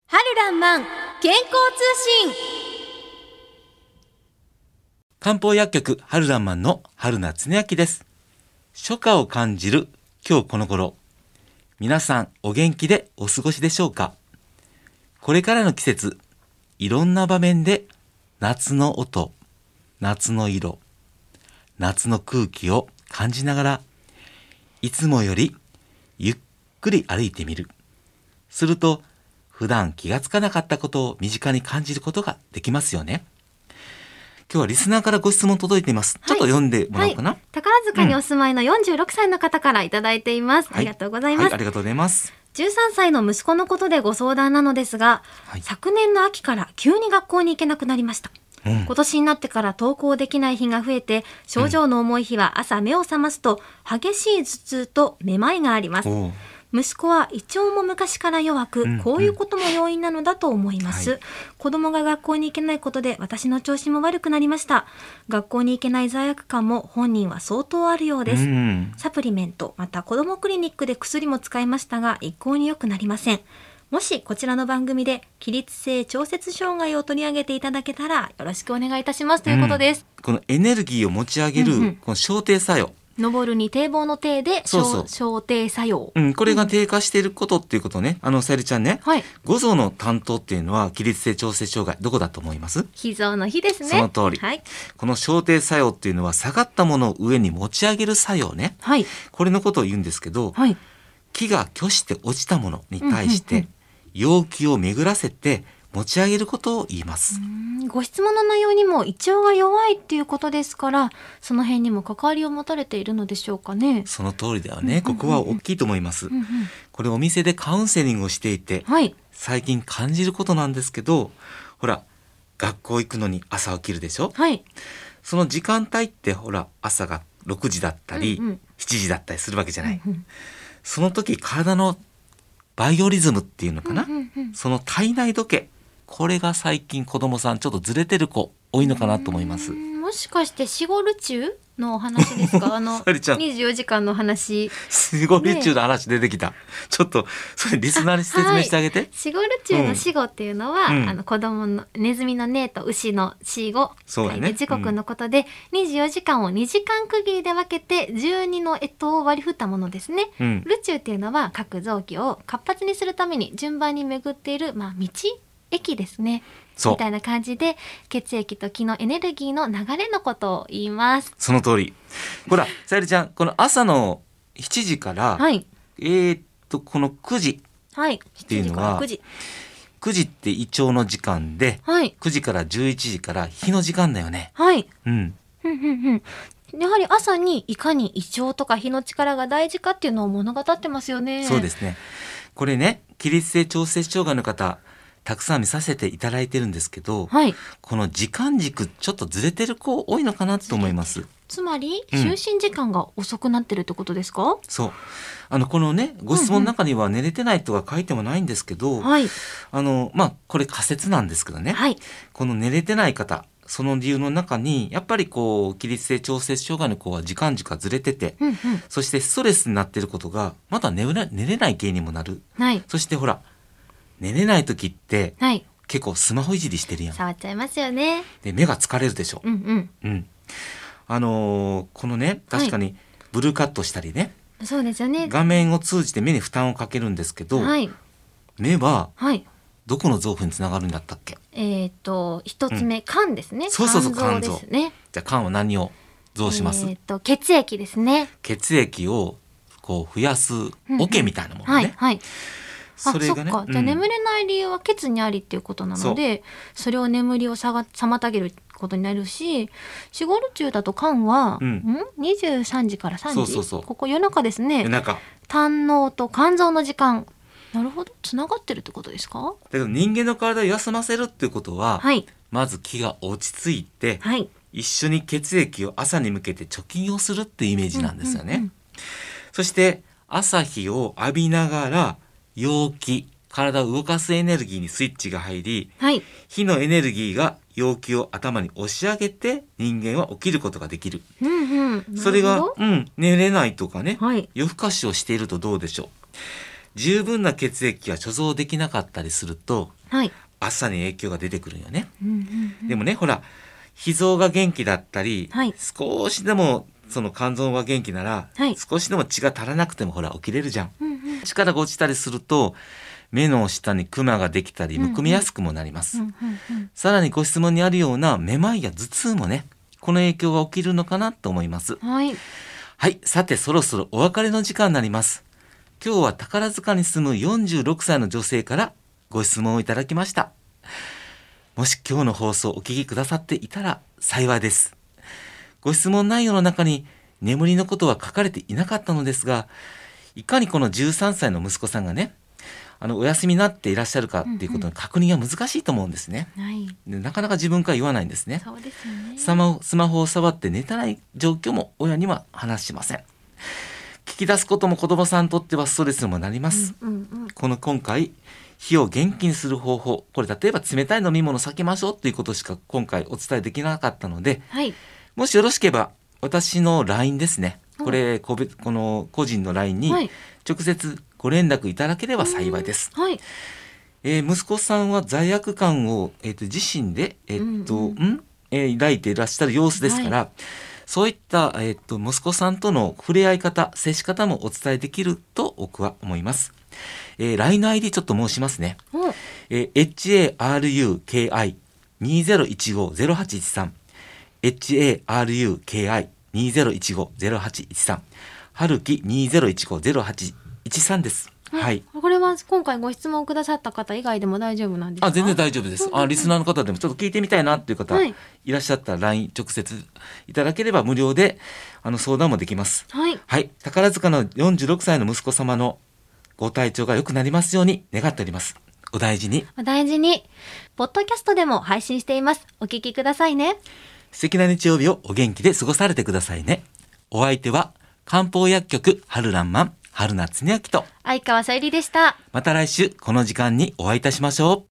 るらんまん健康通信漢方薬局春ランマンの春名恒明です。初夏を感じる今日この頃。皆さんお元気でお過ごしでしょうかこれからの季節、いろんな場面で夏の音、夏の色、夏の空気を感じながら、いつもよりゆっくり歩いてみる。すると、普段気がつかなかったことを身近に感じることができますよね。今日はリスナーからご質問届いています。ちょっと読んでもらおうかな。はい、宝塚にお住まいの46歳の方からいただいています、はいありがとうございます、はい、ありがとうございます。 13歳の息子のことでご相談なのですが、はい昨年の秋から急に学校に行けなくなりましたうん今年になってから登校できない日が増えて症状の重い日は朝目を覚ますと激しい頭痛とめまいがありますおう息子は胃腸も昔から弱く、うんこういうことも要因なのだと思います、は子供が学校に行けないことで私の調子も悪くなりました学校に行けない罪悪感も本人は相当あるようです、うんサプリメントまた子どもクリニックで薬も使いましたが一向に良くなりませんもしこちらの番組で起立性調節障害を取り上げていただけたらよろしくお願いいたしますということです、このエネルギーを持ち上げる、うんうんこの焦点作用、登るに堤防の堤でそう小そう小低作用、うん、これが低下していることっていうことね、あのさゆりちゃんね、はい五臓の担当っていうのは起立性調整障害どこだと思います脾臓の日ですねその通りはいこの焦点作用っていうのは下がったものを上に持ち上げる作用ねはいこれのことを言うんですけど、はい木が拒して落ちたものに対しうんうんて容器を巡らせて持ち上げることを言います、うんご質問の内容にも胃腸が弱いっていうことですからその辺にも関わりを持たれているのでしょうかね。その通りだよねここは大きいと思います、うんうんこれお店でカウンセリングをしていて、はい最近感じることなんですけどほら学校行くのに朝起きるでしょはいその時間帯ってほら朝が6時だったり、うんうん7時だったりするわけじゃない、うんうんその時体のバイオリズムっていうのかな、うんうんうんその体内時計これが最近子供さんちょっとずれてる子多いのかなと思いますう。んもしかして死後ル中のお話ですかあの さゆりちゃん24時間のお話すごい中の話出てきた、ちょっとそれリスナーに説明してあげて、死後ル中の死後っていうのは、うんあの子供のネズミのねと牛の死後そうだね時刻のことで、24時間を2時間区切りで分けて12の越冬を割り振ったものですね。うん、ルチューっていうのは各臓器を活発にするために順番に巡っている、まあ、道駅ですねそうみたいな感じで血液と気のエネルギーの流れのことを言います。その通りほらさゆりちゃんこの朝の7時から、はいえーっとこの9時はい、ていうのは7時か9時って胃腸の時間でら9時はい9時から11時から日の時間だよね。はいうん、ふんふんふんやはり朝にいかに胃腸とか火の力が大事かっていうのを物語ってますよね。。そうですすね。これね、起立性調節障害の方、たくさん見させていただいてるんですけど、はい。この時間軸ちょっとずれてる子多いのかなと思います。つまりうん就寝時間が遅くなってるってことですか？そう。あのこのね、ご質問の中には寝れてないとか書いてもないんですけど、はいあのまあこれ仮説なんですけどね。はいこの寝れてない方その理由の中にやっぱりこう起立性調節障害の子は時間軸がずれててうんうんそしてストレスになっていることがまだ寝れない寝れない原因にもなるはいそしてほら寝れない時ってはい結構スマホいじりしてるやん触っちゃいますよね。で目が疲れるでしょう、んうん。うん、あのーこのね確かにブルーカットしたりね、そうですよね。画面を通じて目に負担をかけるんですけど、はい。目ははい。どこの臓腑につながるんだったっけえっ、と、一つ目、肝ですね。そうそうそう肝肝臓臓ですね。じゃあ肝は何を増します、えっ、と、血液ですね。血液をこう増やすうん桶みたいなものね、はい、はい。あ、それそっがねか。じゃあ、うん眠れない理由は血にありっていうことなので、それを眠りをさが妨げることになるし、仕事中だと肝は、うんん ?23 時から3時。そうそうそうここ夜中です夜ね。中だ胆のと肝臓の時間。なるほど。つながってるってことですかけど人間の体を休ませるっていうことは、はい。まず気が落ち着いて、はい。一緒に血液を朝に向けて貯金をするっていうイメージなんですよね、うんうんうんそして朝日を浴びながら陽気体を動かすエネルギーにスイッチが入りはい。火のエネルギーが陽気を頭に押し上げて人間は起きることができるうんうん。なるほどそれが、うん、寝れないとかね、はい。夜更かしをしているとどうでしょう十分な血液が貯蔵できなかったりするとはい。暑さに影響が出てくるんよね。うんうんうんでもねほら脾臓が元気だったり、はい少しでもその肝臓が元気なら、はい少しでも血が足らなくてもほら起きれるじゃん。うんうん力が落ちたりすると目の下にクマができたりむくみやすくもなります。うんうんうんさらにご質問にあるようなめまいや頭痛もねこの影響が起きるのかなと思います。はい。はい、さてそろそろお別れの時間になります。今日は宝塚に住む46歳の女性からご質問をいただきました。もし今日の放送をお聞きくださっていたら幸いです。ご質問内容の中に眠りのことは書かれていなかったのですが、いかにこの13歳の息子さんがね、あのお休みになっていらっしゃるかっていうことの確認が難しいと思うんですね。はい。でなかなか自分から言わないんですね。そうですよね。スマホスマホを触って寝たない状況も親には話しません聞き出すことも子供さんにとってはストレスにもなります、うんうんこの今回火を元気にする方法これ例えば冷たい飲み物を避けましょうということしか今回お伝えできなかったのではい。もしよろしければ私の LINE ですねこれ個別この個人の LINE にはい直接ご連絡いただければ幸いです、はい。えー息子さんは罪悪感を、えー、と自身で、えーとうんんえー抱いていらっしゃる様子ですから、そういった、えー、と息子さんとの触れ合い方接し方もお伝えできると僕は思います。えー LINE の ID ちょっと申しますね。おえー HARUKI2015-0813 HARUKI2015-0813春樹2015-0813です。はい。これは今回ご質問くださった方以外でも大丈夫なんですかあ全然大丈夫です。うんうんうあんリスナーの方でもちょっと聞いてみたいなっていう方はいいらっしゃったら LINE 直接いただければ無料であの相談もできます。はい。はい宝塚の46歳の息子様のご体調が良くなりますように願っております。お大事にお大事に。ポッドキャストでも配信しています。お聞きくださいね。素敵な日曜日をお元気で過ごされてくださいね。お相手は漢方薬局春らんまん春夏恒明と相川さゆりでした。また来週この時間にお会いいたしましょう。